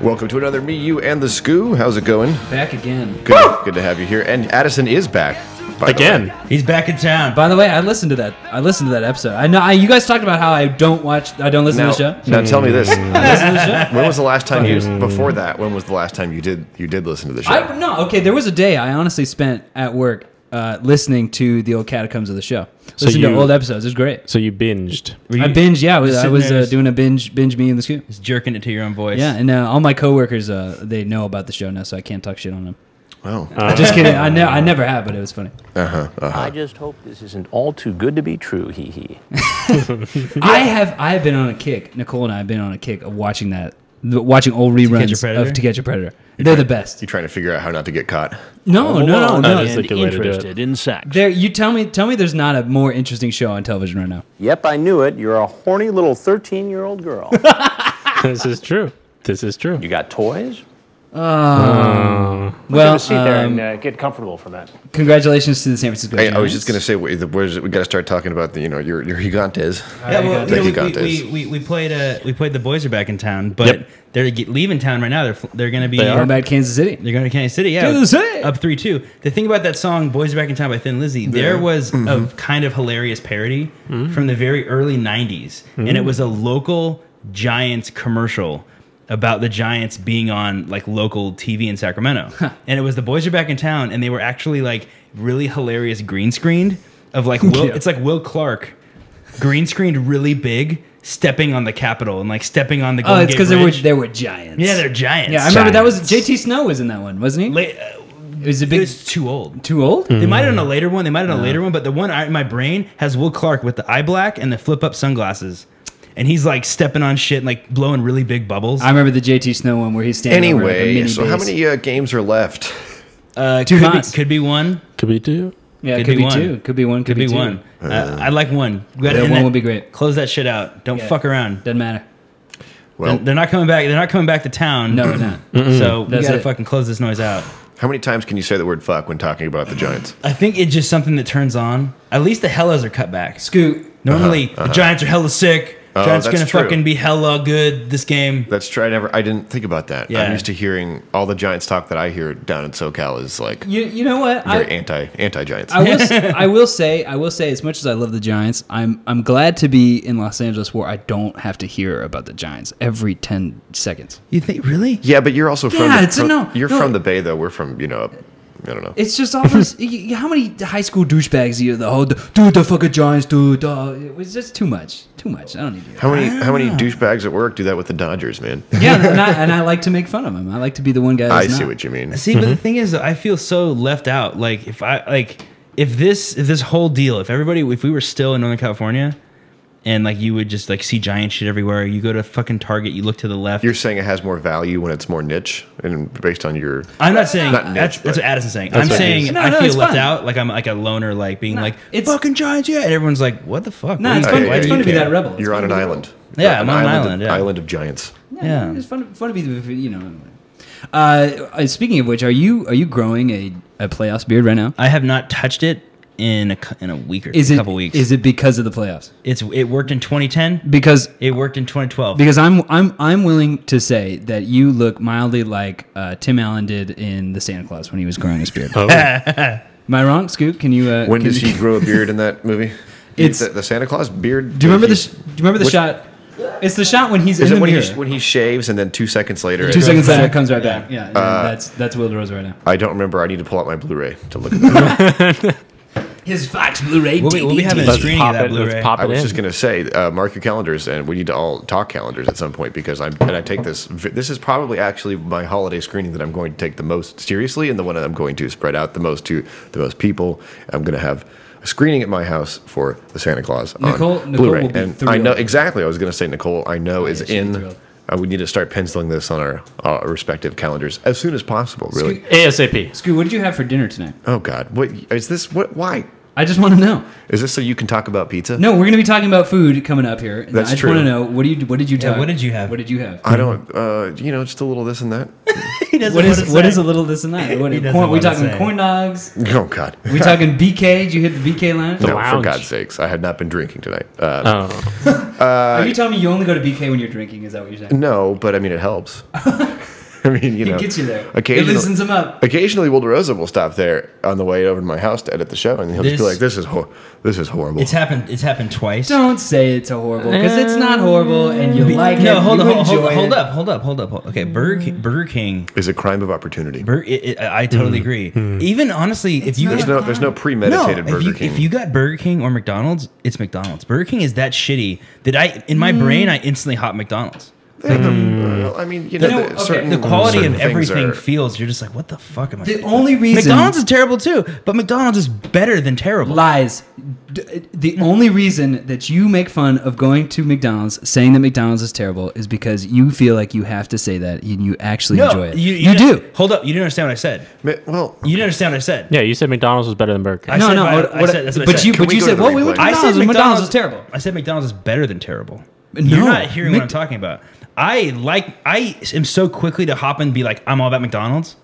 Welcome to another Me, You, and the Scoo. How's it going? Back again. Good, good to have you here. And Addison is back. by the way. Again, He's back in town. By the way, I listened to that. I listened to that episode. I know I, you guys talked about how I don't watch. I don't listen Now, to the show. now tell me this. I listen to the show. When was the last time you before that? When was the last time you did you did listen to the show? I, no, okay. There was a day I honestly spent at work uh, listening to the old catacombs of the show. Listening to you- old episodes. It was great. so you binged. I binged. Yeah, I was, I sitting was there uh, just- doing a binge binge me in the scoop. Just jerking it to your own voice. Yeah, and uh, all my coworkers uh, they know about the show now, so I can't talk shit on them. well, Uh, Just kidding. I, ne- I never have, but it was funny. I just hope this isn't all too good to be true, hee hee. I have I have been on a kick. Nicole and I have been on a kick of watching that, the- watching old Catch a reruns Predator? of To Catch a Predator. They're the best. you trying to figure out how not to get caught? Oh, Oh, No, no, no, no, no. it's like a way to do it. interested in sex. There, you tell me, tell me, there's not a more interesting show on television right now. Yep, I knew it. You're a horny little 13 year old girl. This is true. This is true. you got toys? Well, sit there and um, uh, get comfortable from that. congratulations to the San Francisco. Hey, I was Giants. just gonna say, wait, the- where's, we got to start talking about the you know your your gigantes. Yeah, well, you know, Thank you, we, Dantes. we, we, we, we played. Uh, we played. The boys are back in town, but Yep. they're ge- leaving town right now. They're fl- they're gonna be. They Going are. back to Kansas City. They're going to Kansas City, yeah. Kansas City! Up 3 2. The thing about that song, Boys Are Back in Town by Thin Lizzy, there was a Mm-hmm. kind of hilarious parody from the very early 90s. And it Mm-hmm. was a local Giants commercial about the Giants being on like local TV in Sacramento. And it was the Boys Are Back in Town, and they were actually like really hilarious green screened of like, Will, Yeah. it's like Will Clark green screened really big. Stepping on the Capitol and like stepping on the Oh, Golden it's because Gate they were Bridge. they were giants. yeah they're giants Yeah, I remember that was Giants. JT Snow was in that one, wasn't he? Late, uh, it was a it big was too old too old. They might Mm. have done a later one. They might have done a later one, but the one I, in my brain has Will Clark with the eye black and the flip up sunglasses, and he's like stepping on shit and like blowing really big bubbles. I remember the JT Snow one where he's standing. over, like, a Anyway, mini so how base. many uh, games are left? uh, two could, be, knots. could be one. Could we do? Yeah, Could could, be be, one. two. Could be one. Could, Could be two. one. Uh, I'd like one. Go ahead Yeah, and one that- would be great. Close that shit out. Don't Yeah. fuck around. Doesn't matter. Well, They're not coming back. They're not coming back to town. No, no. Hmm. So we That's gotta it. fucking close this noise out. how many times can you say the word fuck when talking about the Giants? I think it's just something that turns on. At least the hellas are cut back. Scoot. Uh-huh. Normally the Giants are hella sick. Oh, Giants that's gonna true. fucking be hella good this game. That's true. I never. I didn't think about that. Yeah. I'm used to hearing all the Giants talk that I hear down in SoCal is like You, you know what? very I, anti anti Giants. I will s- I will say I will say as much as I love the Giants, I'm I'm glad to be in Los Angeles where I don't have to hear about the Giants every ten seconds. You think really? Yeah, but you're also from Yeah, the, it's a from- no- You're no. from the Bay, though. We're from you know, up- I don't know. It's just all those. y- y- how many high school douchebags you oh, the whole dude the fucking Giants dude? Duh. It was just too much, too much. I don't need to. do that. how many how Ah. many douchebags at work do that with the Dodgers, man? Yeah, and I, and I like to make fun of him. I like to be the one guy. I That's see not. what you mean. See, Mm-hmm. but the thing is, though, I feel so left out. Like if I like if this if this whole deal, if everybody, if we were still in Northern California, and like you would just like see giant shit everywhere. You go to fucking Target, you look to the left. You're saying it has more value when it's more niche and based on your. I'm not saying Not niche, that's, that's but- what Addison's saying. That's I'm what it saying is. No, I no, feel it's left fun. out. Like I'm like a loner, like being like it's- it's fucking giants, yeah. And everyone's like, what the fuck? No, What it's do fun- you- it's why do fun you to be care? that rebel. You're on an island. Yeah, I'm on an Of, island, yeah. Island of giants. Yeah. it's fun. Fun to be the you know. Uh, uh, speaking of which, are you are you growing a, a playoffs beard right now? I have not touched it in a cou- in a week or Is a it couple weeks. is it because of the playoffs? it's it worked in 2010. Because It worked in 2012. because I'm I'm I'm willing to say that you look mildly like uh, Tim Allen did in the Santa Claus when he was growing his beard. Oh, Am I wrong, Scoop? Can you? Uh, When can does you- he grow a beard in that movie? It's- the, the Santa Claus beard. Do you remember the he- sh- Do you remember the Which- shot? It's the shot when he's Is it in the when mirror. he, when he shaves and then two seconds later? Two it- seconds later, it comes right back. Yeah, yeah, Uh, that's that's Will DeRosa right now. I don't remember. I need to pull out my Blu-ray to look. at that. His Fox Blu-ray We'll be- we'll be DVD. having a let's Screening pop of that it. Let's Blu-ray. pop I it was in. just gonna say, uh, mark your calendars, and we need to all talk calendars at some point because I'm and I take this. v- This is probably actually my holiday screening that I'm going to take the most seriously, and the one that I'm going to spread out the most to the most people. I'm gonna have a screening at my house for the Santa Claus on Nicole- Nicole Blu-ray, will be and I know thrilled. exactly. I was gonna say Nicole. I know is she'll be in. thrilled. Uh, we need to start penciling this on our uh, respective calendars as soon as possible. Really. ASAP. Scoop, what did you have for dinner tonight? Oh God, what is this? What? Why? I just want to know. Is this so you can talk about pizza? No, we're gonna be talking about food coming up here. And That's I just true. want to know what do you what did you Yeah, talk- what did you have? What did you have? I don't. Uh, you know, just a little this and that. He doesn't What wanna is what say. is a little this and that? What, He doesn't corn, we wanna talking say. corn dogs? Oh God. We talking BK? Did you hit the BK line? No, for lounge. God's sakes, I had not been drinking tonight. Uh, Oh, Are you telling me you only go to BK when you're drinking? Is that what you're saying? no, but I mean it helps. I mean, you It know, gets you there. Occasionally, It loosens them up. Occasionally, Will DeRosa will stop there on the way over to my house to edit the show, and he'll just be This- like, "This is hor- this is horrible." It's happened. It's happened twice. Don't say it's a horrible because it's not horrible, and you Be- like it. no, hold you on, hold, hold, enjoy hold it. Mm. up, hold up, hold up. hold- Okay, Burger King, Burger King. it's a crime of opportunity. Bur- i i I Mm. totally agree. Even honestly, if you There's got, no there's no premeditated if Burger you, King. if you got Burger King or McDonald's, it's McDonald's. Burger King is that shitty that I in Mm. my brain I instantly hop McDonald's. They have the- well, I mean, you know, You know, the, okay, certain, the quality Mm. certain of things everything are- feels you're just like, what the fuck am I? The only reason McDonald's is terrible too, but McDonald's is better than terrible. lies. D- the only reason that you make fun of going to McDonald's, saying that McDonald's is terrible, is because you feel like you have to say that and you actually enjoy it. don't- do. Hold up, you didn't understand what I said. Ma- Well, You didn't understand what I said. Yeah, you said McDonald's was better than Burger King. I no, said no. my- what- I what- said- that's what I but said. you, Can but we you go to said, the well, we went replay? to I McDonald's. and McDonald's is terrible. I said McDonald's is better than terrible. No. You're not hearing what I'm Mc- talking about. I like I am so quickly to hop and be like, I'm all about McDonald's.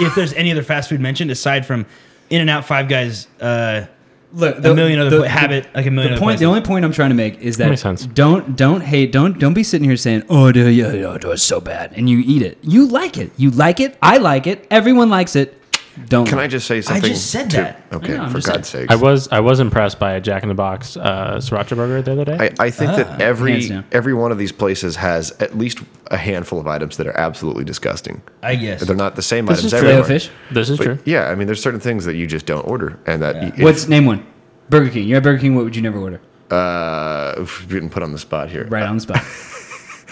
If there's any other fast food mentioned aside from In and Out Five Guys, uh, Look, a million other pla- habit, like a million The point, other places. the only point I'm trying to make is that Makes sense. don't don't hate, don't don't be sitting here saying, oh, dude, yeah, yeah, dude, it's so bad, and you eat it. You like it, you like it. I like it. Everyone likes it. Don't. can I just say something? just said to- that. Okay, No, I'm for just saying- God's sake. I was I was impressed by a Jack in the Box uh, sriracha burger the other day. I, I think that hands every down. every one of these places has at least a handful of items that are absolutely disgusting. I guess. They're not the same This items is true. everywhere. Filet fish. this is But true. Yeah, I mean, there's certain things that you just don't order, and that y- if- What's name one? Burger King. You're at Burger King. What would you never order? uh, if getting put on the spot here. Right on the spot.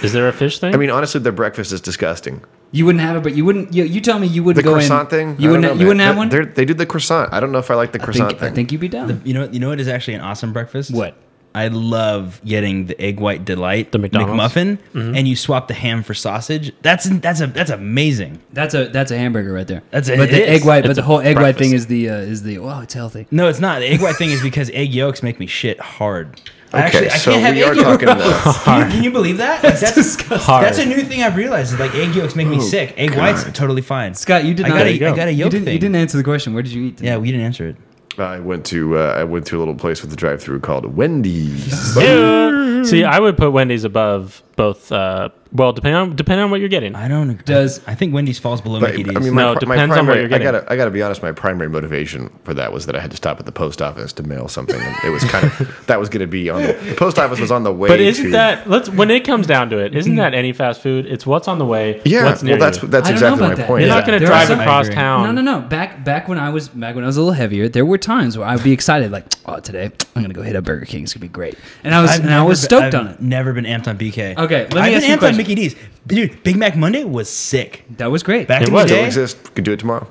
Is there a fish thing? I mean, honestly, their breakfast is disgusting. You wouldn't have it, but you wouldn't. You, you tell me you wouldn't The go croissant in. thing. You I don't wouldn't. know, you man. wouldn't have They- one. they're- They did the croissant. I don't know if I like the I think, croissant I thing. think you'd be down. you know, you know what is actually an awesome breakfast. What? I love getting the egg white delight, The McDonald's? McMuffin, Mm-hmm. and you swap the ham for sausage. That's that's a that's amazing. that's a that's a hamburger right there. That's a- But it the is. egg white. But It's the a whole egg white breakfast. thing is the uh, is the wow, it's healthy. No, it's not. The egg white thing is because egg yolks make me shit hard. Okay, I actually, I so can't have we are egg yolks. talking about. Can you, can you believe that? Like, that's Hard. That's a new thing I've realized. Is like egg yolks make me sick. Egg whites totally fine. Scott, you did I not. Got you a, I got a you yolk didn't, thing. you didn't answer the question. Where did you eat? Today? Yeah, we didn't answer it. I went to uh, I went to a little place with a drive-through called Wendy's. Yeah. See, I would put Wendy's above both. Uh, well, depending on depending on what you're getting. I don't. agree. Does- I think Wendy's falls below But, Mickey D's? I mean, my, No, pri- my depends on what primary, you're getting. I gotta, I gotta be honest. My primary motivation for that was that I had to stop at the post office to mail something. And it was kind of that was gonna be on the, the post office was on the way. But isn't to, that let's when it comes down to it, isn't that any fast food? It's what's on the way. Yeah, what's near well, that's you. that's I don't exactly know my about that. point. You're is not going that- to There drive are some- across I agree. town. No, no, no. Back back when I was back when I was a little heavier, there were times where I'd be excited, like, oh, today I'm gonna go hit up Burger King. It's gonna be great, and I was and I never was been- stoked I've on it. Never been amped on BK. Okay, let me ask I've been you a amped on question. Mickey D's. Dude, Big Mac Monday was sick. That was great. Back It in was. the Still day, exists. Could do it tomorrow.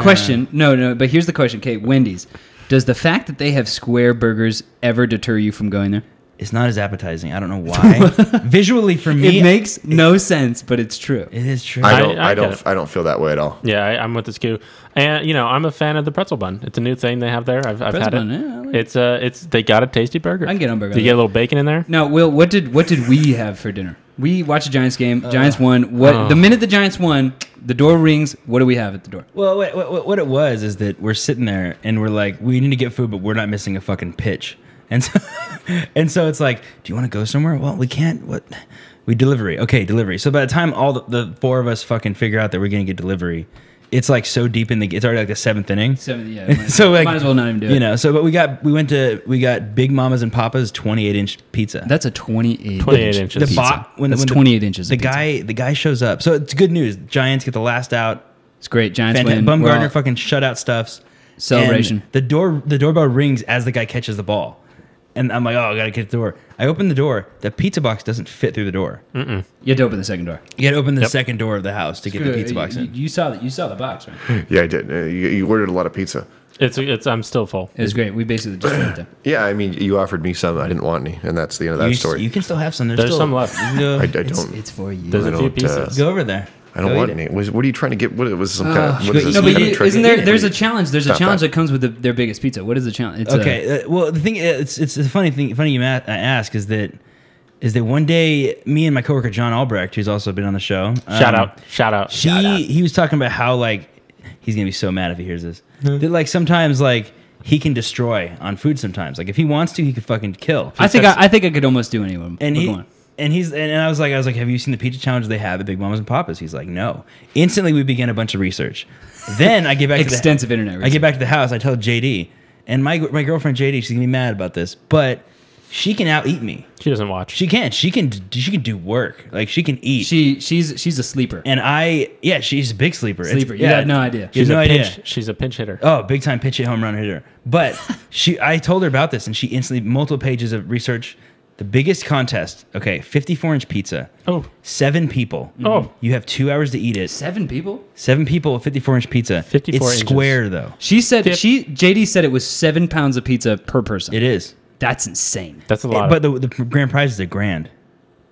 question? No, no. But here's the question, Kate. Wendy's. Does the fact that they have square burgers ever deter you from going there? it's not as appetizing. I don't know why. Visually, for me, It makes no sense, but it's true. it is true. I don't. I- I, I get don't. it. I don't feel that way at all. Yeah, I, I'm with this queue, and you know I'm a fan of the pretzel bun. It's a new thing they have there. I've, I've had Pretzel it. bun, yeah, I like it's uh, it's they got a tasty burger. I can get on burger Do on you get that. a little bacon in there? Now, Will, what did what did we have for dinner? We watched a Giants game. Giants won. What the minute the Giants won, the door rings. What do we have at the door? Well, what, what, what- what it was is that we're sitting there and we're like, we need to get food, but we're not missing a fucking pitch. And so, and so it's like, do you want to go somewhere? Well, we can't. What? We delivery. Okay, delivery. So by the time all the, the four of us fucking figure out that we're gonna get delivery, it's like so deep in the. It's already like the seventh inning. Seven, yeah, might, so like, might as well not even do it. You know. So, but we got we went to we got Big Mama's and Papa's twenty eight inch pizza. That's a 28. 28 inch. inches. the bot when, That's when the- 28 inches of The pizza. guy the guy shows up. So it's good news. Giants get the last out. It's great. Giants Fantastic. win. We're all- Bumgarner fucking shutout stuffs. Celebration. And the door the doorbell rings as the guy catches the ball. And I'm like, oh, I gotta get the door. I open the door. The pizza box doesn't fit through the door. You had to open the second door. You gotta open the second door of the house to get the pizza You- box You, in. you saw that. You saw the box, right? Yeah, I did. Uh, You, you ordered a lot of pizza. It's it's I'm still full. It was great. We basically just went there. Yeah, I mean, you offered me some. I didn't want any, and that's the end of that You, story. you can still have some. There's, There's still, some left. You can go, I, I don't. It's, it's for you. There's I a few don't, uh, pieces. go over there. I don't Go want eat it. any. Was, what are you trying to get? What was some kind of? What go is this eat no, it. kind but of you, trick? isn't there? There's a challenge. There's a Stop challenge that. that comes with the, their biggest pizza. What is the challenge? It's uh, Okay. Uh, well, the thing it's it's a funny thing. Funny you ma- I ask is that is that one day me and my coworker John Albrecht, who's also been on the show, Shout um, out! Shout out! Shout out. he he was talking about how like he's gonna be so mad if he hears this. That like sometimes like he can destroy on food sometimes. Like if he wants to, he could fucking kill. I think I, I think I could almost do anyone. and But he go on. and he's and and I was like, I was like, have you seen the pizza challenge they have at Big Mama's and Papa's? He's like, no. Instantly, we began a bunch of research. Then I get back Extensive to the, internet I get back to the house. I tell JD, and my my girlfriend JD, she's gonna be mad about this, but she can out eat me. She doesn't watch. She can. She can. d- She can do work. Like she can eat. She she's she's a sleeper. and I, yeah, she's a big sleeper. It's- Sleeper. You had no idea. You She's had no a idea. pinch. She's a pinch hitter. Oh, big time pitch hit home run hitter. But she, I told her about this, and she instantly multiple pages of research. The biggest contest. Okay, fifty-four inch pizza. Oh. Seven people. Mm-hmm. Oh. You have two hours to eat it. Seven people. Seven people with fifty-four inch pizza. 54 It's inches. square though. She said Dip. she JD said it was seven pounds of pizza per person. It is. That's insane. That's a lot. but But the, the grand prize is a grand,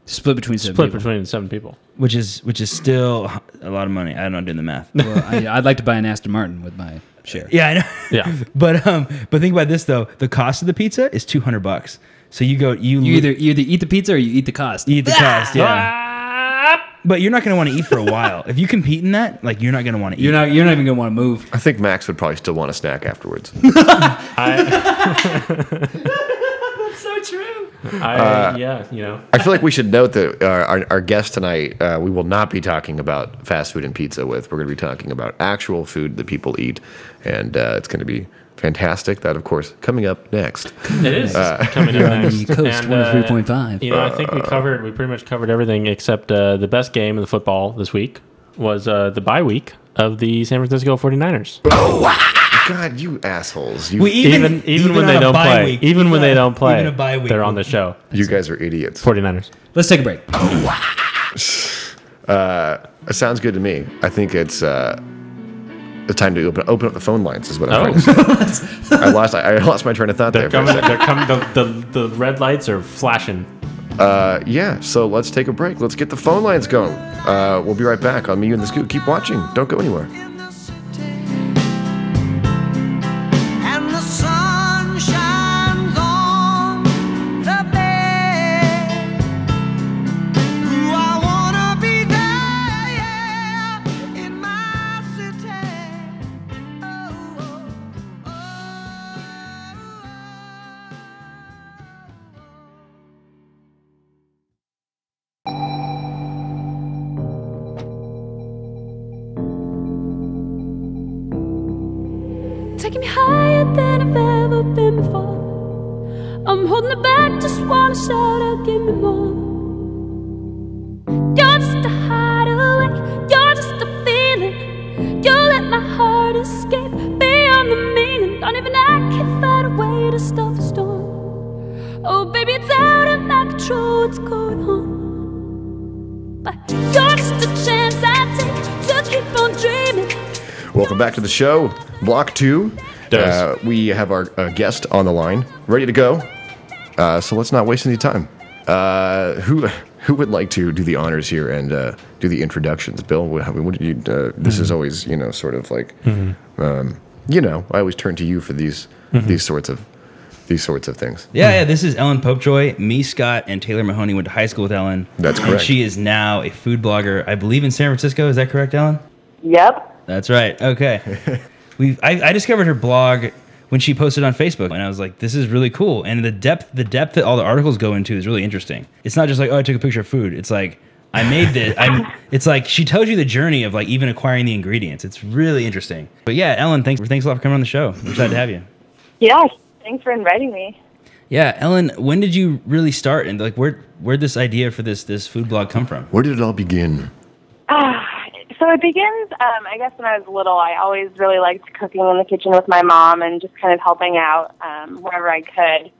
Split between seven. split people. between seven people. which is which is still a lot of money. I don't know doing the math. Well, I, I'd like to buy an Aston Martin with my share. Yeah, I know. Yeah. but um, but think about this though. The cost of the pizza is two hundred bucks. So you go, you, You lo- either Ah! you either eat the pizza or you eat the cost. you eat the cost, yeah. But you're not going to want to eat for a while. if you compete in that, like you're not going to want to eat. You're not you're not even gonna want to move. I think Max would probably still want a snack afterwards. So true. I, yeah, you know. I feel like we should note that uh, our, our guest tonight, uh, we will not be talking about fast food and pizza with. We're going to be talking about actual food that people eat, and uh, it's going to be fantastic. That, of course, coming up next. It is coming up next. Coast And, uh, 23.5. You know, I think we covered. We pretty much covered everything except uh, the best game in the football this week was uh, the bye week of the San Francisco 49ers. God, you assholes! You, we even Even even, when on they a don't bye play, week, even when they uh, don't play, even a bye week, they're on the show. you guys are idiots. 49ers. Let's take a break. It sounds good to me. I think it's uh, the time to open open up the phone lines. Is what I'm Oh. trying to say. I lost I, I lost my train of thought They're there. for a coming. second. They're coming. The, the the red lights are flashing. Uh, yeah, so let's take a break. Let's get the phone lines going. Uh, we'll be right back on Me You and the Scoot. Keep watching. Don't go anywhere. in the city, and the sun shines on the bay. Ooh, I wanna be there, yeah, in my city. Oh, oh, oh, oh. taking me higher than I've ever been before. I'm holding it back, just wanna shout out, give me more. You're just a hideaway, you're just a feeling. You let my heart escape beyond the meaning. Don't even I can find a way to stop the storm. Oh, baby, it's out of my control, what's going on? But you're just a chance I take to keep on dreaming. Welcome back to the show, Block Two. Does. Uh, we have our uh, guest on the line, ready to go. Uh, so let's not waste any time. Uh, who who would like to do the honors here and uh, do the introductions? Bill, what, what do you, uh, this is always you know sort of like um, you know I always turn to you for these these sorts of these sorts of things. Yeah, yeah. This is Ellen Popejoy. Me, Scott, and Taylor Mahoney went to high school with Ellen. That's And correct. she is now a food blogger, I believe, in San Francisco. Is that correct, Ellen? Yep. That's right. Okay. we I, I discovered her blog when she posted on Facebook, and I was like, "This is really cool." And the depth the depth that all the articles go into is really interesting. It's not just like, "Oh, I took a picture of food." It's like I made this. I'm. It's like she tells you the journey of like even acquiring the ingredients. It's really interesting. But yeah, Ellen, thanks thanks a lot for coming on the show. I'm excited to have you. Yeah. Thanks for inviting me. Yeah, Ellen, when did you really start, and like where where this idea for this this food blog come from? Where did it all begin? Ah, So it begins, um, I guess, when I was little. I always really liked cooking in the kitchen with my mom and just kind of helping out um, wherever I could.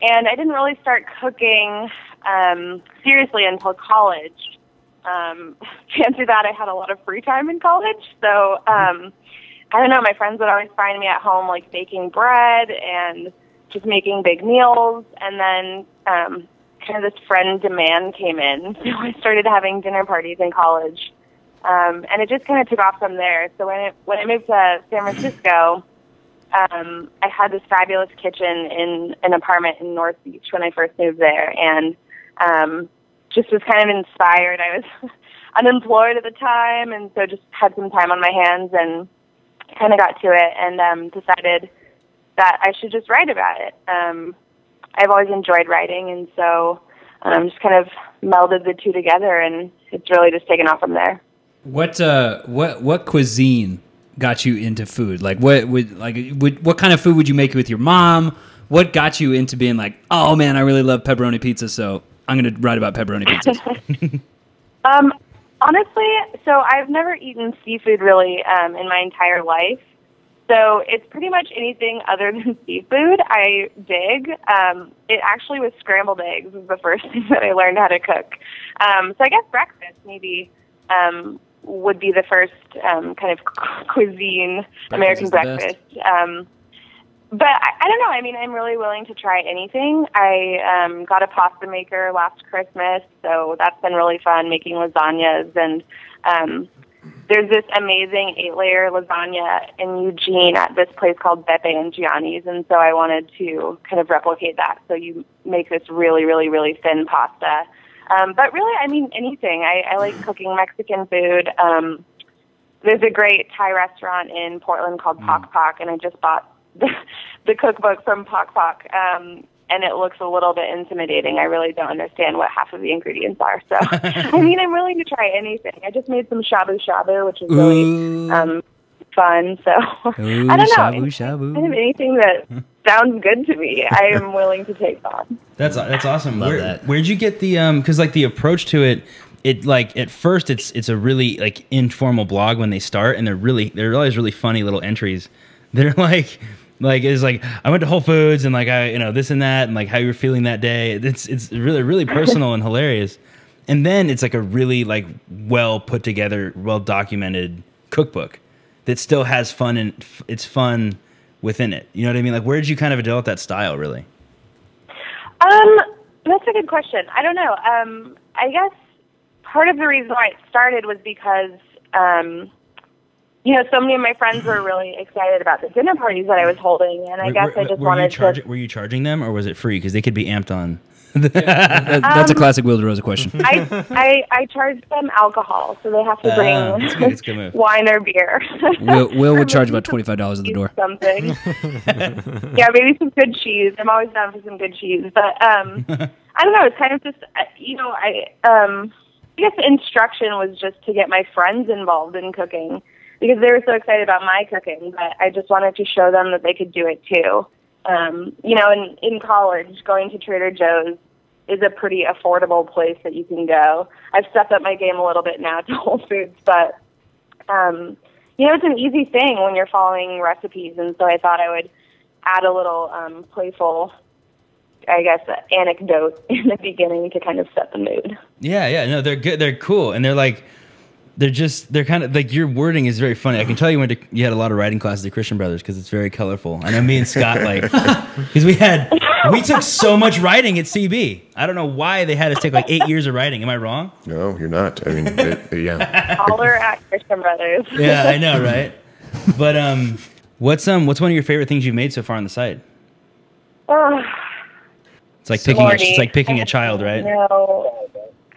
And I didn't really start cooking um, seriously until college. Um, fancy that, I had a lot of free time in college. So um, I don't know, my friends would always find me at home, like baking bread and just making big meals. And then um, kind of this friend demand came in. So I started having dinner parties in college. um, and it just kind of took off from there. So when it, when I moved to San Francisco, um, I had this fabulous kitchen in an apartment in North Beach when I first moved there, and um, just was kind of inspired. I was unemployed at the time, and so just had some time on my hands and kind of got to it and um, decided that I should just write about it. Um, I've always enjoyed writing, and so um, just kind of melded the two together, and it's really just taken off from there. What uh what what cuisine got you into food? Like what would like would what kind of food would you make with your mom? What got you into being like, "Oh man, I really love pepperoni pizza, so I'm going to write about pepperoni pizzas." Um, honestly, so I've never eaten seafood really um, in my entire life. So it's pretty much anything other than seafood I dig. Um, it actually was scrambled eggs was the first thing that I learned how to cook. Um, so I guess breakfast maybe um, would be the first um, kind of cuisine American is the best. breakfast. Um, but I, I don't know. I mean, I'm really willing to try anything. I um, got a pasta maker last Christmas, so that's been really fun making lasagnas. And um, there's this amazing eight layer lasagna in Eugene at this place called Beppe and Gianni's. And so I wanted to kind of replicate that. So you make this really, really, really thin pasta. Um, but really, I mean, anything. I, I like cooking Mexican food. Um, there's a great Thai restaurant in Portland called Mm. Pok Pok, and I just bought the, the cookbook from Pok Pok, um, and it looks a little bit intimidating. I really don't understand what half of the ingredients are. So, I mean, I'm willing to try anything. I just made some shabu shabu, which is really Ooh. um, fun. So, Ooh, I don't know. shabu shabu. Kind of anything that sounds good to me, I am willing to take on. That's that's awesome. Love Where, that. Where'd you get the um? Because like the approach to it, it like at first it's it's a really like informal blog when they start, and they're really they're always really funny little entries. They're like like it's like I went to Whole Foods and like I you know this and that and like how you were feeling that day. It's it's really really personal and hilarious. And then it's like a really like well put together, well documented cookbook that still has fun and f- it's fun within it. You know what I mean? Like where did you kind of develop that style really? Um, that's a good question. I don't know. Um, I guess part of the reason why it started was because, um, you know, so many of my friends were really excited about the dinner parties that I was holding, and I Were- guess were- I just were you wanted charge- to. Were you charging them, or was it free? Because they could be amped on. That- that's um, a classic Will DeRosa question. I, I I charged them alcohol, so they have to bring Ah, that's good, that's a good move. wine or beer. Will, Will Or would charge maybe about twenty five dollars at the door. Something. yeah, maybe some good cheese. I'm always down for some good cheese, but um, I don't know. It's kind of just uh, you know I um, I guess the instruction was just to get my friends involved in cooking because they were so excited about my cooking, but I just wanted to show them that they could do it too. Um, you know, in in college, going to Trader Joe's is a pretty affordable place that you can go. I've stepped up my game a little bit now to Whole Foods, but um, you know, it's an easy thing when you're following recipes, and so I thought I would add a little um, playful, I guess, anecdote in the beginning to kind of set the mood. Yeah, yeah, no, they're good. They're cool, and they're like, they're just, they're kind of like your wording is very funny. I can tell you went to you had a lot of writing classes at Christian Brothers because it's very colorful. I know me and Scott like because we had we took so much writing at CB. I don't know why they had us take like eight years of writing. Am I wrong? No, you're not. I mean, it, yeah. Holler at Christian Brothers. Yeah, I know, right? But um, what's um, what's one of your favorite things you've made so far on the site? Ugh, It's like picking, a, Lordy. it's like picking a child, right? No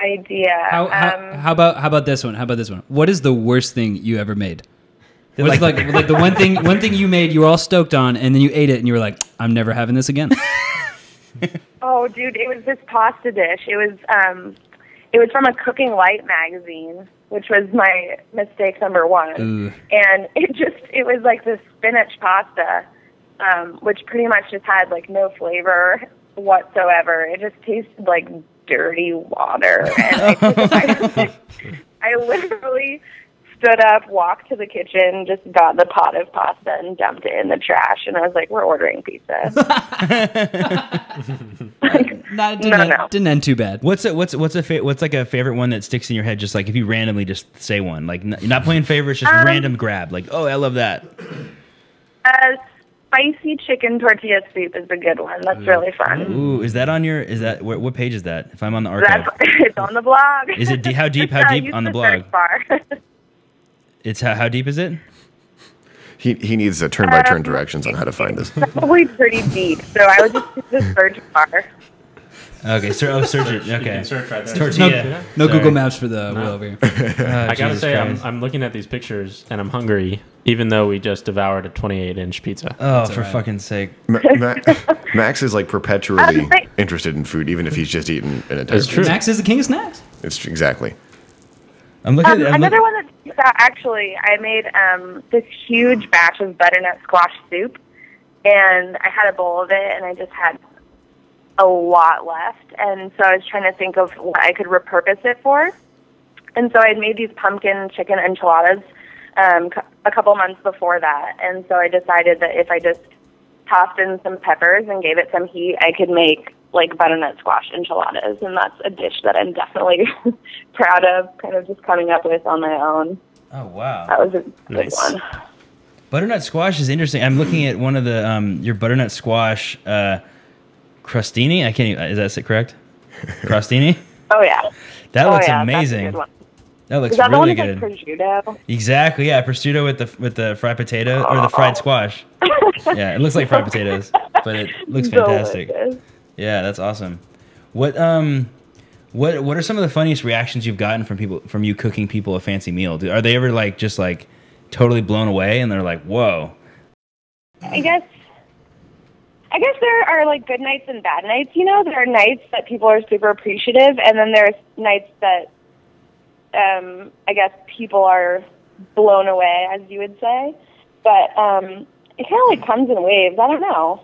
idea. How, how, um, how about how about this one? How about this one? What is the worst thing you ever made? They're What's like, like the one thing one thing you made you were all stoked on and then you ate it and you were like I'm never having this again. Oh, dude, it was this pasta dish. It was um, it was from a Cooking Light magazine, which was my mistake number one. Ooh. And it just it was like this spinach pasta, um, which pretty much just had like no flavor whatsoever. It just tasted like dirty water. And I, took a bite. I literally stood up, walked to the kitchen, just got the pot of pasta and dumped it in the trash. And I was like, "We're ordering pizza." Not, didn't, No, end, no. didn't end too bad. What's a, what's what's a fa- what's like a favorite one that sticks in your head? Just like if you randomly just say one, like n- you're not playing favorites, just Um, random grab. Like oh, I love that. Uh, spicy chicken tortilla soup is a good one. That's really Mm. fun. Ooh, is that on your? Is that wh- what page is that? If I'm on the archive, That's it's on the blog. Is it de- how deep- how Just, uh, deep use on the blog? search bar. it's how, how deep is it? He, he needs a turn by turn directions on how to find this. Probably pretty deep, so I would just use the search bar. Okay, sir. Oh, search it. You Okay. can search right there. No, Tortilla. no Sorry. Google Maps for the wheel over here. Oh, I gotta Jesus say, I'm, Christ. I'm looking at these pictures and I'm hungry, even though we just devoured a 28 inch pizza. oh, for alright. fucking sake. Ma- Ma- Max is like perpetually Um, I- interested in food, even if he's just eaten an entire. It's true. Max is the king of snacks. It's tr- exactly. I'm looking. Um, at, I'm another look- one that sticks out, actually, I made um, this huge batch of butternut squash soup, and I had a bowl of it, and I just had a lot left. And so I was trying to think of what I could repurpose it for. And so I had made these pumpkin chicken enchiladas um, cou- a couple months before that. And so I decided that if I just tossed in some peppers and gave it some heat, I could make like butternut squash enchiladas. And that's a dish that I'm definitely proud of, kind of just coming up with on my own. Oh wow. That was a good Nice. one. Butternut squash is interesting. I'm looking at one of the um your butternut squash uh crostini. I can't. Even, is that correct? Crostini. Oh, yeah. That oh, looks yeah, amazing. That's a good one. That looks Is that the really one good. that's like prosciutto? Exactly. Yeah, prosciutto with the with the fried potato or the fried squash. yeah, it looks like fried potatoes, but it looks fantastic. Delicious. Yeah, that's awesome. What um, what what are some of the funniest reactions you've gotten from people from you cooking people a fancy meal? Do, are they ever like just like totally blown away and they're like, whoa? I guess I guess there are like good nights and bad nights, you know. There are nights that people are super appreciative and then there's nights that um I guess people are blown away as you would say. But um it kind of like comes in waves. I don't know.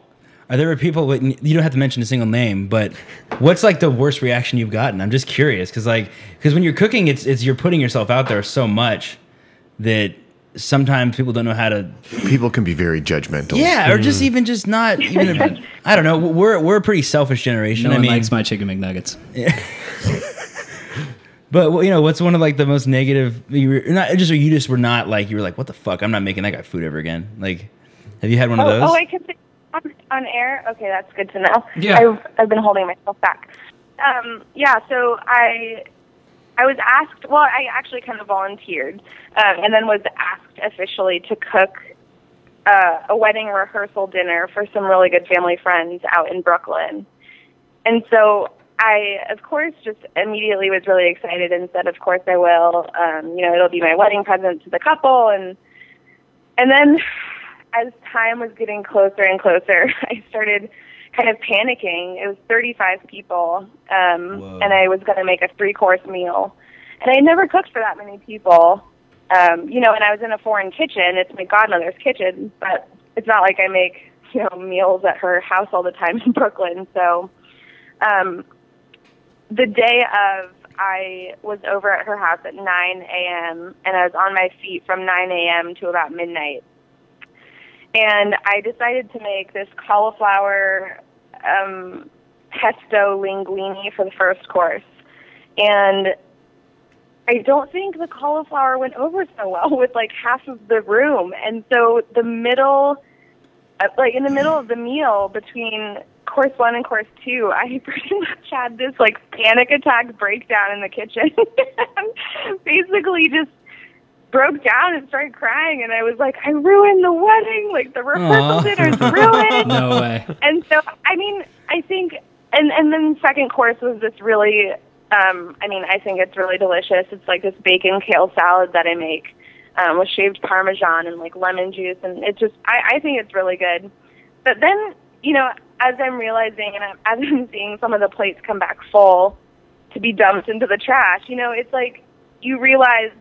Are there people? with- You don't have to mention a single name, but what's like the worst reaction you've gotten? I'm just curious because like because when you're cooking, it's it's you're putting yourself out there so much that sometimes people don't know how to People can be very judgmental. Yeah, or just even just not even. about- I don't know. We're we're a pretty selfish generation. No I one mean, likes my chicken McNuggets. but well, you know, what's one of like the most negative? You were not just or you just were not like you were like, what the fuck? I'm not making that guy food ever again. Like, have you had one of Oh, those? oh, I could say on, on air. Okay, that's good to know. Yeah. I've, I've been holding myself back. Um, yeah, so I I was asked. Well, I actually kind of volunteered, um, and then was asked officially to cook uh, a wedding rehearsal dinner for some really good family friends out in Brooklyn. And so I, of course, just immediately was really excited and said, "Of course I will. Um, you know, it'll be my wedding present to the couple." And and then, as time was getting closer and closer, I started kind of panicking. It was 35 people, um, Whoa. and I was going to make a three-course meal, and I never cooked for that many people. Um, you know, and I was in a foreign kitchen. It's my godmother's kitchen, but it's not like I make you know meals at her house all the time in Brooklyn. So um, the day of, I was over at her house at 9 a.m. and I was on my feet from 9 a.m. to about midnight. And I decided to make this cauliflower um, pesto linguine for the first course. And I don't think the cauliflower went over so well with like half of the room. And so the middle uh, like in the middle of the meal between course one and course two, I pretty much had this like panic attack breakdown in the kitchen. Basically, just broke down and started crying, and I was like, I ruined the wedding. Like the rehearsal Aw. dinner's ruined No way. and so I mean, I think, and and then second course was this really. Um, I mean, I think it's really delicious. It's like this bacon kale salad that I make um, with shaved parmesan and like lemon juice, and it's just I, I think it's really good. But then, you know, as I'm realizing and I'm, as I'm seeing some of the plates come back full to be dumped into the trash, you know, it's like you realize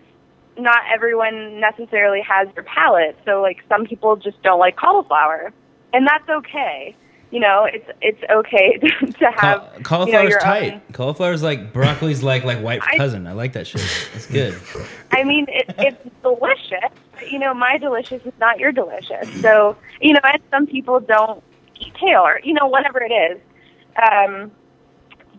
not everyone necessarily has your palate. So like some people just don't like cauliflower, and that's okay. You know, it's it's okay to, to have Ca- you know, cauliflower's your tight. own- Cauliflower's like broccoli's like like white I- cousin. I like that shit. That's good. I mean, it, it's delicious. But, you know, my delicious is not your delicious. So, you know, and some people don't eat kale or, you know, whatever it is. Um,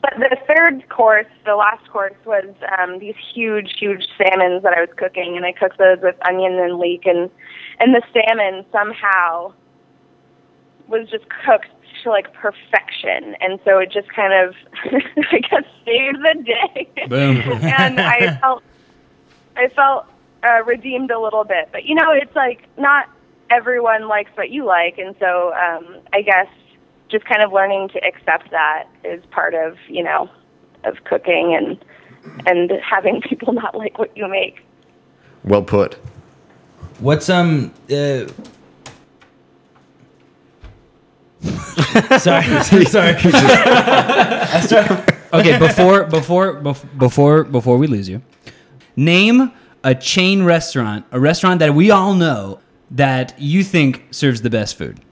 but the third course, the last course, was um, these huge, huge salmons that I was cooking, and I cooked those with onion and leek, and and the salmon somehow was just cooked to like perfection, and so it just kind of, I guess, saved the day. Boom. and I felt, I felt uh, redeemed a little bit, but you know, it's like not everyone likes what you like, and so um, I guess just kind of learning to accept that is part of you know of cooking and and having people not like what you make. Well put. What's um? Uh... sorry, sorry. I start- Okay, before before bef- before before we lose you, name a chain restaurant, a restaurant that we all know that you think serves the best food.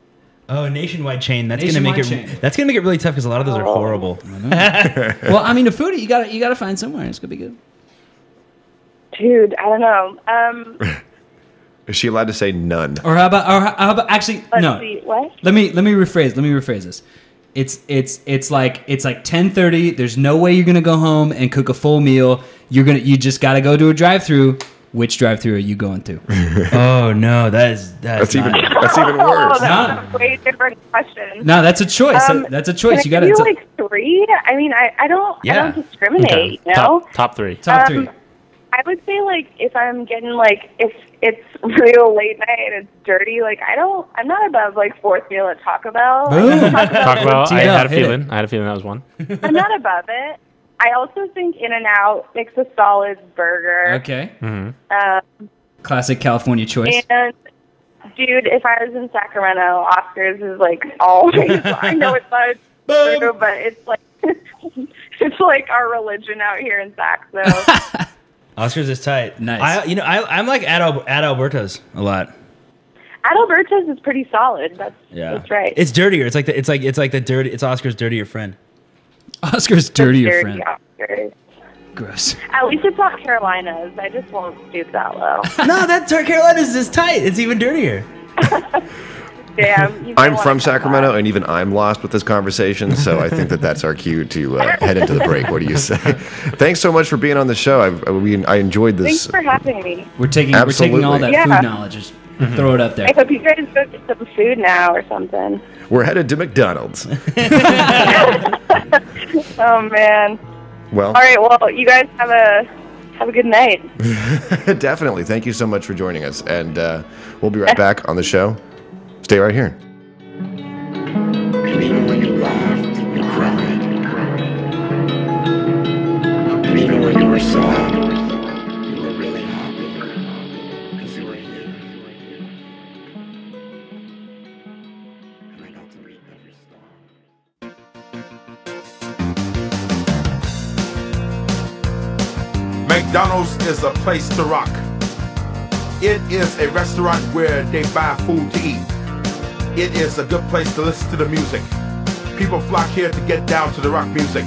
Oh, nationwide chain. That's gonna make it. Nationwide chain. That's gonna make it really tough because a lot of those Oh. are horrible. Well, I mean, a foodie, you gotta you gotta find somewhere. It's gonna be good. Dude, I don't know. Um, Is she allowed to say none? Or how about or how about actually let's no. see what. Let me let me rephrase. Let me rephrase this. It's it's it's like it's like ten thirty. There's no way you're gonna go home and cook a full meal. You're gonna you just gotta go to a drive through. Which drive through are you going to? oh no, that is that's, That's even not- that's even Oh, worse. that's a way different question. No, that's a choice. Um, That- that's a choice. Can You I gotta do it's a- like three. I mean, I, I don't I Yeah. don't discriminate. You know, Top, top three. top um, three. I would say like if I'm getting like if it's real late night and it's dirty, like I don't I'm not above like fourth meal at Taco Bell. I know Boom. Taco Bell Talk is- about. I TL, had a hit it. feeling. I had a feeling that was one. I'm not above it. I also think In and Out makes a solid burger. Okay. Um, Classic California choice. And dude, if I was in Sacramento, Oscars is like always. I know it's not true, but it's like it's like our religion out here in Sac. So Oscars is tight. Nice. I, you know, I, I'm like at, Al- at Alberto's a lot. Adalberto's is pretty solid. That's Yeah, that's right. It's dirtier. It's like the, it's like it's like the dirty. It's Oscar's dirtier friend. Oscar's It's dirtier dirty friend. Oscars. Gross. At least it's not Carolinas. I just won't stoop that low. no, that Tar- Carolina's is tight. It's even dirtier. Damn. you don't I'm wanna from come Sacramento, back. and even I'm lost with this conversation. So I think that that's our cue to uh, head into the break. What do you say? Thanks so much for being on the show. I've, I, mean, I enjoyed Thanks this. for having me. We're taking we're taking all Absolutely. that Yeah. food knowledge. Just throw it up there. I hope you guys go get some food now or something. We're headed to McDonald's. Oh man. Well, All right. Well, you guys have a have a good night. definitely. Thank you so much for joining us, and uh, we'll be right back on the show. Stay right here. And even when you laughed, you cried. And even when you were sad, you were really happy. Because you were here. And I got to meet every star. McDonald's is a place to rock. It is a restaurant where they buy food to eat. It is a good place to listen to the music. People flock here to get down to the rock music.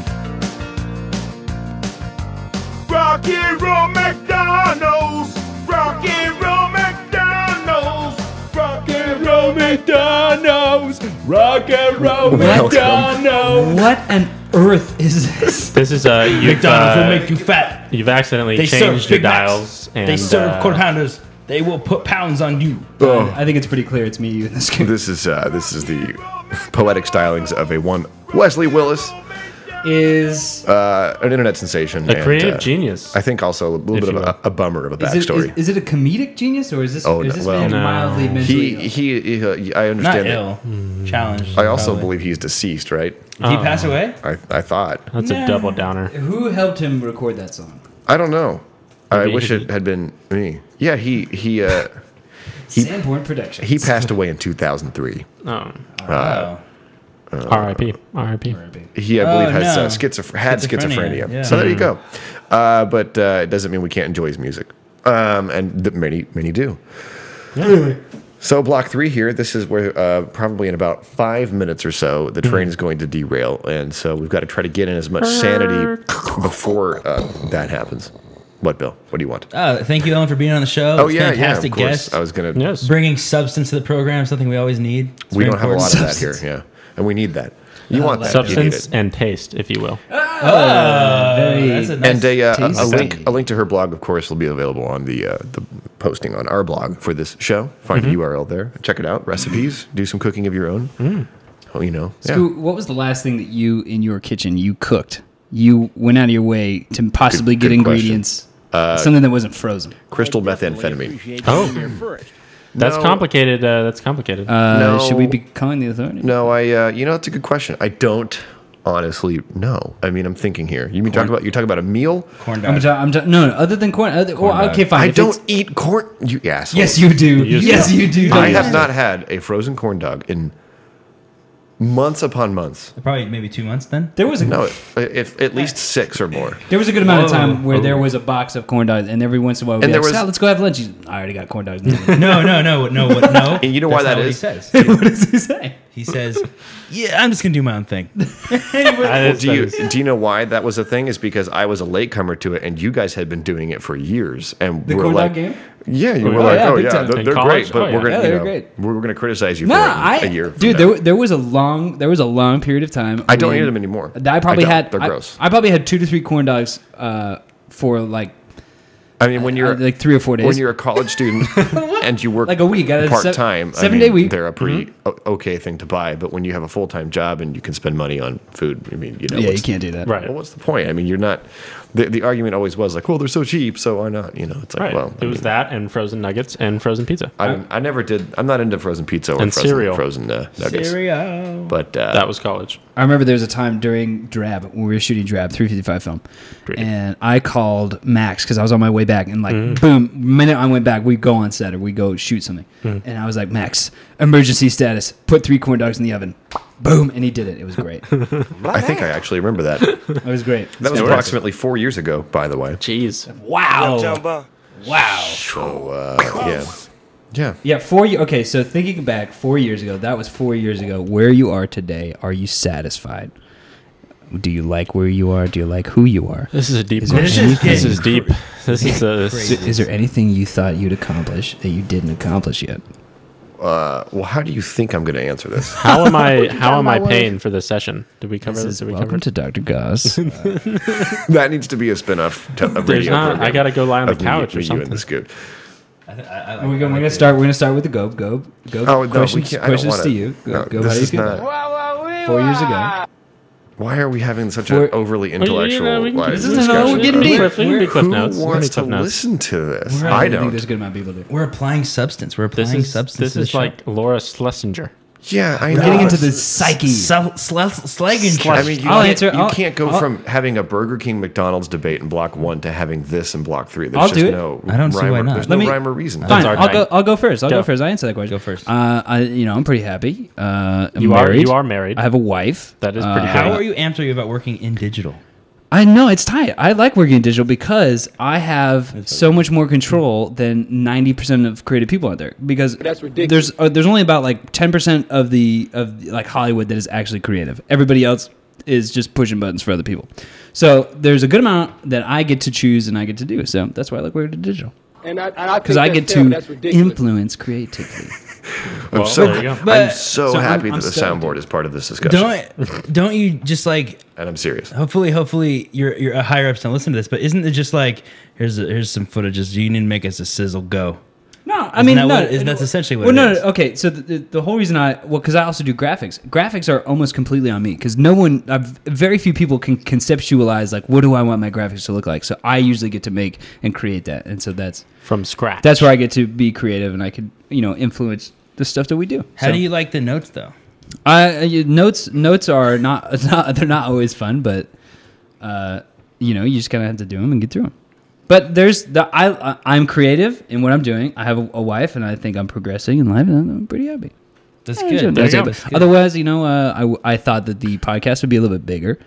Rock and roll McDonald's. Rock and roll McDonald's. Rock and roll McDonald's. Rock and roll Welcome. What on earth is this? This is uh, you've McDonald's will uh, make you fat. you've accidentally They serve changed your Big Macs. dials. And, they serve uh, quarter pounders. They will put pounds on you. Oh, I think it's pretty clear it's me, you, and this game. this is uh, this is the poetic stylings of a one Wesley Willis, Is uh, an internet sensation, A creative uh, genius. I think also a little If bit of you a, will. a bummer of a is it, backstory. is, is it a comedic genius or is this Oh, is no, this well, man no. mildly mentally? he, ill? he he he- I Not understand. that. ill. Challenged. I uh, also probably. believe he's deceased, right? Did he pass away? I I thought. That's Nah. a double downer. Who helped him record that song? I don't know. I Maybe wish he- it had been me. Yeah, he he uh, Sandborn Productions. he passed away in 2003. Oh. Oh. R.I.P. R.I.P. He, I Oh, believe, has no. uh, schizoph- had Schizophrenia, schizophrenia. yeah. Hmm. So there you go. Uh, but uh, it doesn't mean we can't enjoy his music, um, and th- many many do. So block three here. This is where uh, probably in about five minutes or so Hmm. the train is going to derail, and so we've got to try to get in as much sanity before uh, that happens. What, Bill? What do you want? Uh, thank you, Ellen, for being on the show. oh It's yeah, yeah. Of fantastic course. Uh, guest. I was gonna. Yes. Bringing substance to the program, something we always need. It's we very don't have a important. lot of that here. Yeah, and we need that. You want that? You need Substance it. and taste, if you will. Very- Oh, That's a nice And a, uh, a- a tasty. link, a link to her blog, of course, will be available on the uh, the posting on our blog for this show. Mm-hmm. Find the URL there. Check it out. Recipes. Do some cooking of your own. Mm. Oh, you know. Yeah. Who- what was the last thing that you in your kitchen you cooked? You went out of your way to possibly Good- get good question. Uh, ingredients, something that wasn't frozen. Crystal methamphetamine. Oh, That's No. complicated. Uh, that's complicated. Uh, No. Should we be calling the authorities? No, I. Uh, you know, it's a good question. I don't honestly know. I mean, I'm thinking here. You mean talk about you talk about a meal? Corn I'm, dog. ta- I'm ta- no, no, other than corn. Other, well, dog. okay, fine. I if it's- don't eat corn. You asshole. Yes, you do. yes, you do. I Dave. have not had a frozen corn dog in months upon months. Probably maybe two months then. There was a No, if at least six or more. there was a good amount of Whoa. time where there was a box of corn dogs, and every once in a while, we'd And be there like, was- "Sal, let's go have lunch. He's, I already got corn dogs. What No, no, no, no, what- no. And you know why That's not that what is? He says. does he say? He says, "Yeah, I'm just gonna do my own thing." That Well, is- do you that is- do you know why that was a thing? Is because I was a latecomer to it, and you guys had been doing it for years, and we The were corn dog like, game? yeah, you Oh, were yeah. like, Oh, yeah, oh big yeah, time. they're, In they're college? great, but Oh, yeah. we're gonna, Yeah, you they're know, great. we're gonna criticize you No, for I like a year, from dude. now. There, wa- there was a long there was a long period of time. I don't when eat 'em anymore. I probably I don't. had They're I- gross. I, probably had two to three corn dogs uh, for like I mean, when you're like three or four days. when you're a college student and you work Like a week, I had a part se- time, seven-day week. Mm-hmm. they're a pretty o- okay thing to buy. But when you have a full time job and you can spend money on food, I mean, you know, yeah, you what's- can't do that. right. Well, what's the point? I mean, you're not. The, the argument always was like, well, they're so cheap, so why not? You know, it's like, right. well, it was that and frozen nuggets and frozen pizza. I, mean, I never did. I'm not into frozen pizza or And frozen, cereal. frozen uh, nuggets. Cereal. But uh, that was college. I remember there was a time during Drab when we were shooting Drab 355 film, and I called Max because I was on my way back, and like boom, minute I went back, we go on set or we go shoot something, and I was like, Max, emergency status, put three corn dogs in the oven, boom, and he did it. It was great. it I think I actually remember that. That was great. was approximately four years ago, by the way. Jeez. wow, wow. So uh, yeah, yeah. Yeah, four. ye- Okay, so thinking back, four years ago, that was four years ago. Where you are today, are you satisfied? Do you like where you are? Do you like who you are? This is a deep. Is question. there This is, anything- deep. This is uh, Is, is there anything you thought you'd accomplish that you didn't accomplish yet? Uh, well, how do you think I'm going to answer this? How am I? How am I paying for this session? Did we cover This this? is Did we cover welcome it? to Dr. Goss. that needs to be a spin-off to a radio There's not. program I gotta go lie on the of me- couch or me, you, and something. Oh, the scoop. we're going to start. We're going to start with the go go go. Oh no, questions, we can't. I don't questions want to you. Go, no, go this how do you is feel? not. Four years ago. Why are we having such We're- an overly Well, you intellectual? know, we can- like, This this is is an discussion? we're getting We deep. can do We're- cliff Who notes. We can wants do to cliff notes. listen to this? We're- I think don't. there's a good amount of people there. We're applying substance. We're This applying is substance. this to the is show. like Laura Schlesinger. Yeah, I We're getting know. into the psyche. Sl- sl- slagging I trust. mean, you, I'll can't, answer- you I'll- can't go I'll- from having a Burger King McDonald's debate in block one to having this in block three. There's I'll just do it. no I don't see rhyme why or, not. There's Let no me- rhyme or reason. Fine, our I'll time. go. I'll go first. I'll go, Go. first. I answer that question. Go first. Uh, I, you know, I'm pretty happy. Uh, I'm You are- married. you are married. I have a wife. That is pretty Uh, How great. are you amped are you about working in digital? I know it's tight. I like working in digital because I have so much more control than 90% of creative people out there. Because that's ridiculous. There's uh, there's only about like 10% of the of like Hollywood that is actually creative. Everybody else is just pushing buttons for other people. So there's a good amount that I get to choose and I get to do. So that's why I like working in digital And I, and I because I get to influence creatively. I'm Well, so, there you go. I'm so, so I'm- happy I'm that the stoked. soundboard is part of this discussion. Don't don't you just like and I'm serious. hopefully hopefully your your higher ups don't listen to this, but isn't it just like here's a, here's some footage you need to make us a sizzle go. No, I mean, that no, what- isn't that's essentially what well, it no, no, is? okay. So the, the, the whole reason I well, because I also do graphics. Graphics are almost completely on me because no one, I've, very few people can conceptualize like what do I want my graphics to look like. So I usually get to make and create that, and so that's From scratch. that's where I get to be creative and I can you know influence the stuff that we do. How So, do you like the notes though? I I- you- notes notes are not, not they're not always fun, but uh, you know you just kind of have to do them and get through them. But there's the I I- I'm creative in what I'm doing. I have a, a wife, and I think I'm progressing in life, and I'm pretty happy. That's I enjoy good. it. That's That's it. good. That's good. Otherwise, you know, uh, I w- I thought that the podcast would be a little bit bigger.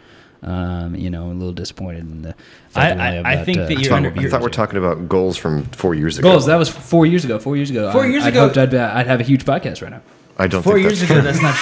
Um, you know, I'm a little disappointed in the. fact I- that we I- only have I about, think uh, that you're I under- thought, I thought we're talking about goals from four years ago. goals. That was four years ago. Four years ago. Four I, years I'd ago- hoped I'd, be- I'd have a huge podcast right now. I don't Four think years that's ago, true. that's not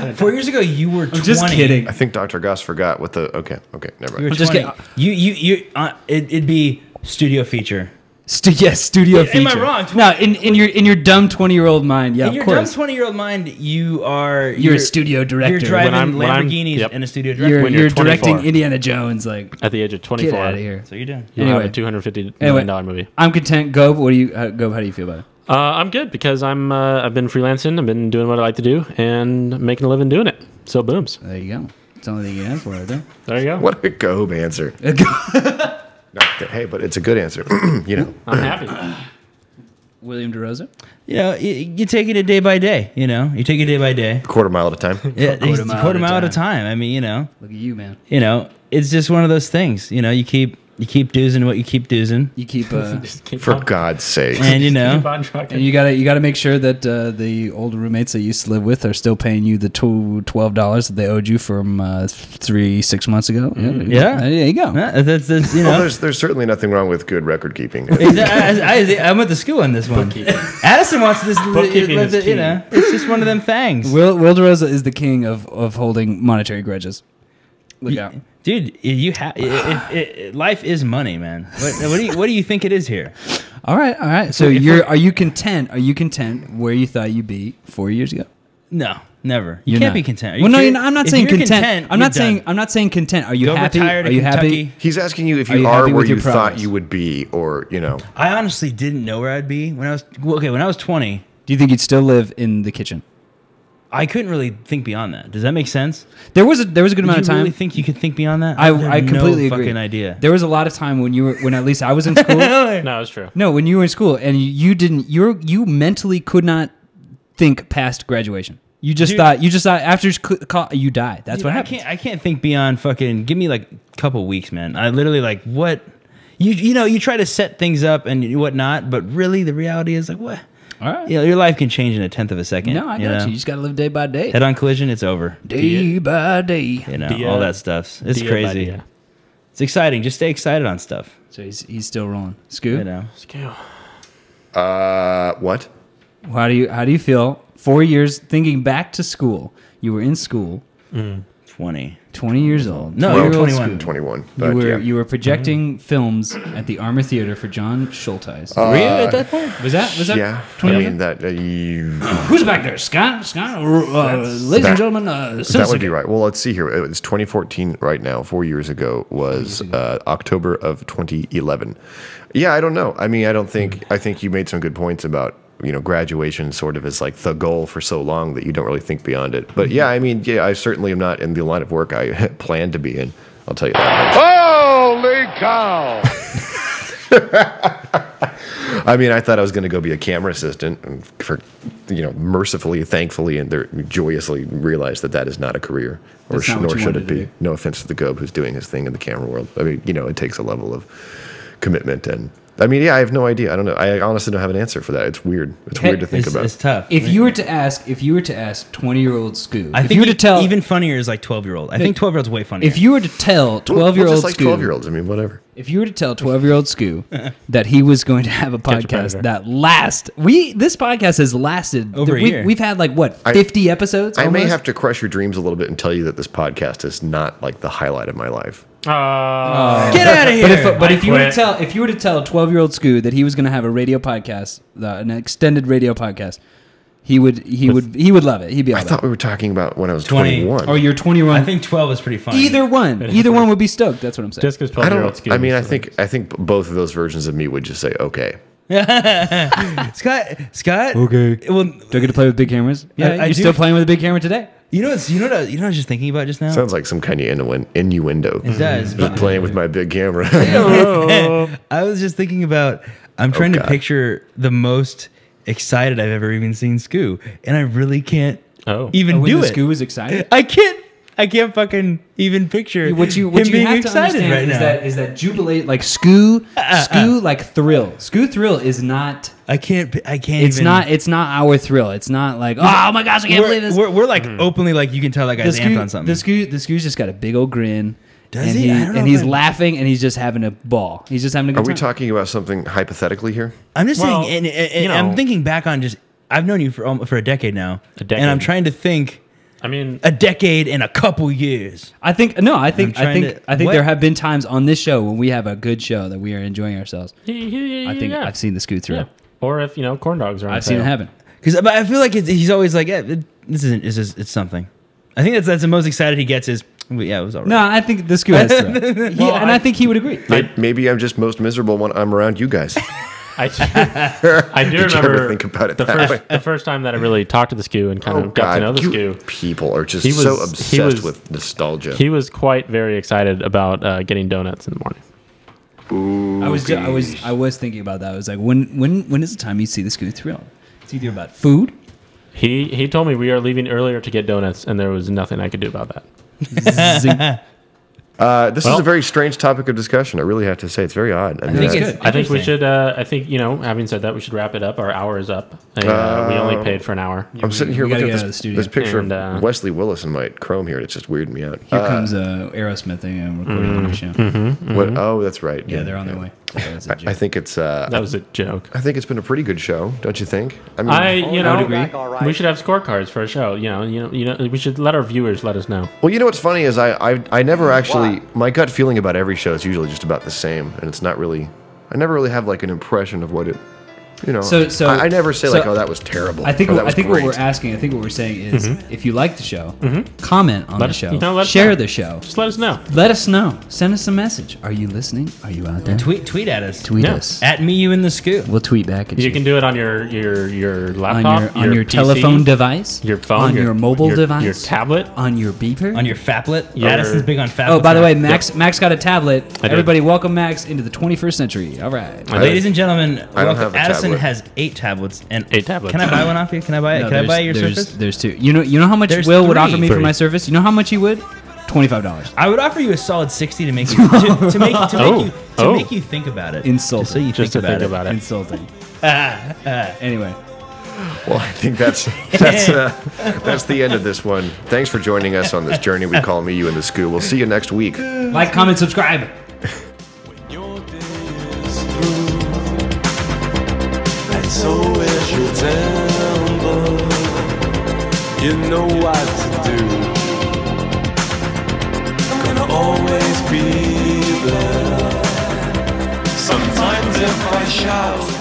true. Four years ago, you were 20. Just kidding. I think Dr. Goss forgot what the. Okay, okay, never You were mind. just 20. kidding. You you you. Uh, it, it'd be studio feature. Stu- yes, studio Am I feature. wrong? No, in, in your in your dumb twenty year old mind, yeah, in your of dumb course. twenty-year-old mind, you are you're, a studio director. You're driving When I'm- when I'm- Lamborghinis yep. and a studio director. you're when you're, you're 24. directing Indiana Jones. Like, At the age of 24. get out of here. so you're doing. You have Anyway. a 250 Anyway, million dollar movie. I'm content. Go. What do you? Uh, go. How do you feel about it? Uh, I'm good because I'm uh, I've been freelancing. I've been doing what I like to do and making a living doing it. So booms. There you go. It's the only thing you can ask for, right there. There you go. What a gobe answer. Not that- hey, but it's a good answer. you know, I'm happy. William DeRosa? You know, you, you take it a day by day. You know, you take it day by day. Quarter mile at a time. Yeah, Quarter quarter mile mile, quarter at a mile at a time. time. I mean, you know, Look at you, man. you know, it's just one of those things. You know, you keep you keep doozing what you keep doozing, You keep uh, Just keep For on- God's sake. and you know, keep on trucking. And you gotta you gotta make sure that uh, the old roommates that you used to live with are still paying you the two, twelve dollars that they owed you from uh, three six months ago. Mm, Yeah. there you go. Yeah, that's, that's you Well, know. there's there's certainly nothing wrong with good record keeping. I, I, I, I went to school on this one. Addison wants this. Bookkeeping is you know, it's just one of them things. Will Will DeRosa is the king of, of holding monetary grudges. Look out! Dude, you have life is money, man. What, what do you what do you think it is here? All right, all right. So you're are you content? Are you content where you thought you'd be four years ago? No, never. You You're can't not. be content. Are you Well, no, kidding? you're not, I'm not If saying you're content. I'm you're not saying done. I'm not saying content. Are you Go happy? retire Are to you happy? Kentucky. He's asking you if Are you you are, happy where with your you thought progress? you would be, or you know, I honestly didn't know where I'd be when I was well, okay. When I was twenty, Do you think you'd still live in the kitchen? I couldn't really think beyond that. Does that make sense? There was a there was a good Did amount you of time. really think you could think beyond that? I, have I completely no agree. Fucking idea. There was a lot of time when you were when at least I was in school. No, it's true. no, when you were in school and you, you didn't you are you mentally could not think past graduation. You just Dude. thought you just thought after c- co- you die. That's Dude, what I happened. can't. I can't think beyond fucking. Give me like a couple weeks, man. I literally like what you you know you try to set things up and whatnot, but really the reality is like what All right. you know, your life can change in a tenth of a second. No, I got you. know? You just got to live day by day. Head on collision, it's over. Day by day. You know Dia- all that stuff. It's Dia crazy. by dia. It's exciting. Just stay excited on stuff. So he's, he's still rolling. You Scoot. know. Scale. uh, what? How do you how do you feel? Four years thinking back to school. You were in school, Twenty. twenty years old. No, Well, you're 21. twenty-one. 21. You But were yeah. you were projecting films at the Armor Theater for John Schulteis. Were you at that point? was that was that yeah. I 20 mean that uh, you, Who's back there? Scott? Scott? Or, uh, ladies and that- gentlemen, uh, that would Sisig. be right. Well, let's see here. It's 2014 right now. Four years ago was uh, October of 2011. Yeah, I don't know. I mean, I don't think. Hmm. I think you made some good points about you know graduation sort of is like the goal for so long that you don't really think beyond it. But Mm-hmm. yeah, I mean, yeah, I certainly am not in the line of work I planned to be in. I'll tell you that. much. Holy cow! I mean, I thought I was going to go be a camera assistant, and for you know, mercifully, thankfully, and they're- joyously realized that that is not a career, or That's not what nor you should wanted it to be. do. No offense to the Gob who's doing his thing in the camera world. I mean, you know, it takes a level of commitment, and I mean, yeah, I have no idea. I don't know. I honestly don't have an answer for that. It's weird. It's Hey, weird to think It's, about. it's tough. If you were to ask, if you were to ask twenty-year-old Scoot, I if think you were to e- tell, even funnier is like twelve year old. I think twelve year old's way funnier. if you were to tell Well, twelve-year-old just like Scoot, twelve-year-olds. I mean, whatever. if you were to tell twelve-year-old Scoot that he was going to have a Catch a podcast predator. that last, we this podcast has lasted Over a we, year. We've had like what fifty episodes. I may almost? have to crush your dreams a little bit and tell you that this podcast is not like the highlight of my life. Uh, get out of here, But if, but I if you were to quit. tell if you were to tell twelve year old Scoo that he was going to have a radio podcast, uh, an extended radio podcast, he would he would he would love it. He'd be all I about. thought we were talking about when I was 20. Oh, twenty-one. Or your twenty Oh, I one. think twelve is pretty funny. Either one, either one would be stoked. That's what I'm saying. just because I 12 year old don't. I mean, I think I think both of those versions of me would just say, "Okay, Scott, Scott. Okay. Well, do I get to play with big cameras? Yeah, I you're do- still playing with a big camera today. you know what's you know what I, you know what I was just thinking about just now. Sounds like some kind of innuendo. innuendo. Mm-hmm. it does. Just But playing with my big camera. I was just thinking about. I'm trying to God. picture the most excited I've ever even seen Scoo, and I really can't Oh. even When do the it. Scoo was excited. I can't. I can't fucking even picture What you what him you being have to excited understand right is now. that is that jubilate like Scoo Scoo like thrill. Scoo thrill is not. I can't. pi- I can't. It's even, not. It's not our thrill. It's not like oh my gosh I can't We're, believe this. we're, we're like Mm-hmm. openly like you can tell that guy's amped on something. The Scoo, the Scoo's just got a big old grin. Does and he? I don't know and if he's I- laughing and he's just having a ball. He's just having a good Are we time. talking about something hypothetically here? I'm just Well, saying, and, and, and you know- I'm thinking back on just I've known you for almo- for a decade now, A decade. and I'm trying to think I mean, a decade and a couple years. I think no. I think I'm I think trying to- I think what? there have been times on this show when we have a good show that we are enjoying ourselves. I I think I've seen the Scoo through. Yeah. Or if you know corn dogs are on I've seen it sale. happen. Because but I feel like it's, he's always like, yeah, it- this isn't. It's just, it's something. I think that's that's the most excited he gets is "Well, yeah, it was all right. No, I think the Scoo has thrill. He- and I, think he would agree. May- Maybe I'm just most miserable when I'm around you guys. I do, I do Did you ever remember think about it the that first way? the first time that I really talked to the Scoo and kind Oh of got to know God, the you Scoo. people are just He was- so he obsessed was- with nostalgia. He was quite very excited about uh, getting donuts in the morning. Ooh, I was ju- I was I was thinking about that. I was like, when when when is the time you see this Scooby Thrill? It's either about food. He he told me we are leaving earlier to get donuts, and there was nothing I could do about that. Uh, this Well- is a very strange topic of discussion. I really have to say it's very odd. I, mean, think I- it's- I think we Interesting. should. Uh, I think you know. Having said that, we should wrap it up. Our hour is up. And, uh, we only Uh, paid for an hour. I'm sitting here we gotta looking get at out of the this, studio. this picture And, uh, of Wesley Willis in my Chrome here, and it's just weirding me out. Here Uh, comes uh, Aerosmith. I am recording on Mm-hmm. the show. what, oh, that's right. Yeah, they're on their way. Okay, that's a I joke. think it's. Uh, That was a joke. I think it's been a pretty good show, don't you think? I mean, I you know agree. we should have scorecards for a show. You know you know you know we should let our viewers let us know. well, you know what's funny is I, I, I never actually. My gut feeling about every show is usually just about the same, and it's not really. I never really have like an impression of what it. You know, So- so- I, I never say so- like, "Oh, that was terrible." I think or, what- that I was think great. what we're asking, I think what we're saying is, if you like the show, comment on Mm-hmm. Let the us- show, you know, let us share know. the show, Just let us know. let us know, send us a message. Are you listening? Are you out there? Tweet tweet at us. Tweet Yeah. us. At me, you in the scoop. We'll tweet back at you. You can do it on your your your on laptop, your on your, PC, telephone device, your phone, on your, mobile device, your tablet. on your beeper, On your Faplet. Your- Addison's big on Faplet. Oh, by the way, Max Max got a tablet. did. Everybody, welcome Max into the 21st century. All right. I Ladies and gentlemen, I don't welcome. have a Addison tablet. has eight tablets and Eight tablets. Can I buy one off you? Can I buy it? No, Can I there's- buy your there's, Surface? There's two. You know, you know how much There's Will would offer three. me for Three. my service. You know how much he would? Twenty five dollars. I would offer you a solid sixty to make you to, to make to make Oh. you to Oh. make you think about it. Insulting. Just so you Just think to about think it. about it. Insulting. anyway, Well, I think that's that's uh, that's the end of this one. Thanks for joining us on this journey. We call me you in the school. We'll see you next week. like, comment, subscribe. Your day is through, and so is your temper. You know what to do. I'm gonna always be there. Sometimes if I shout.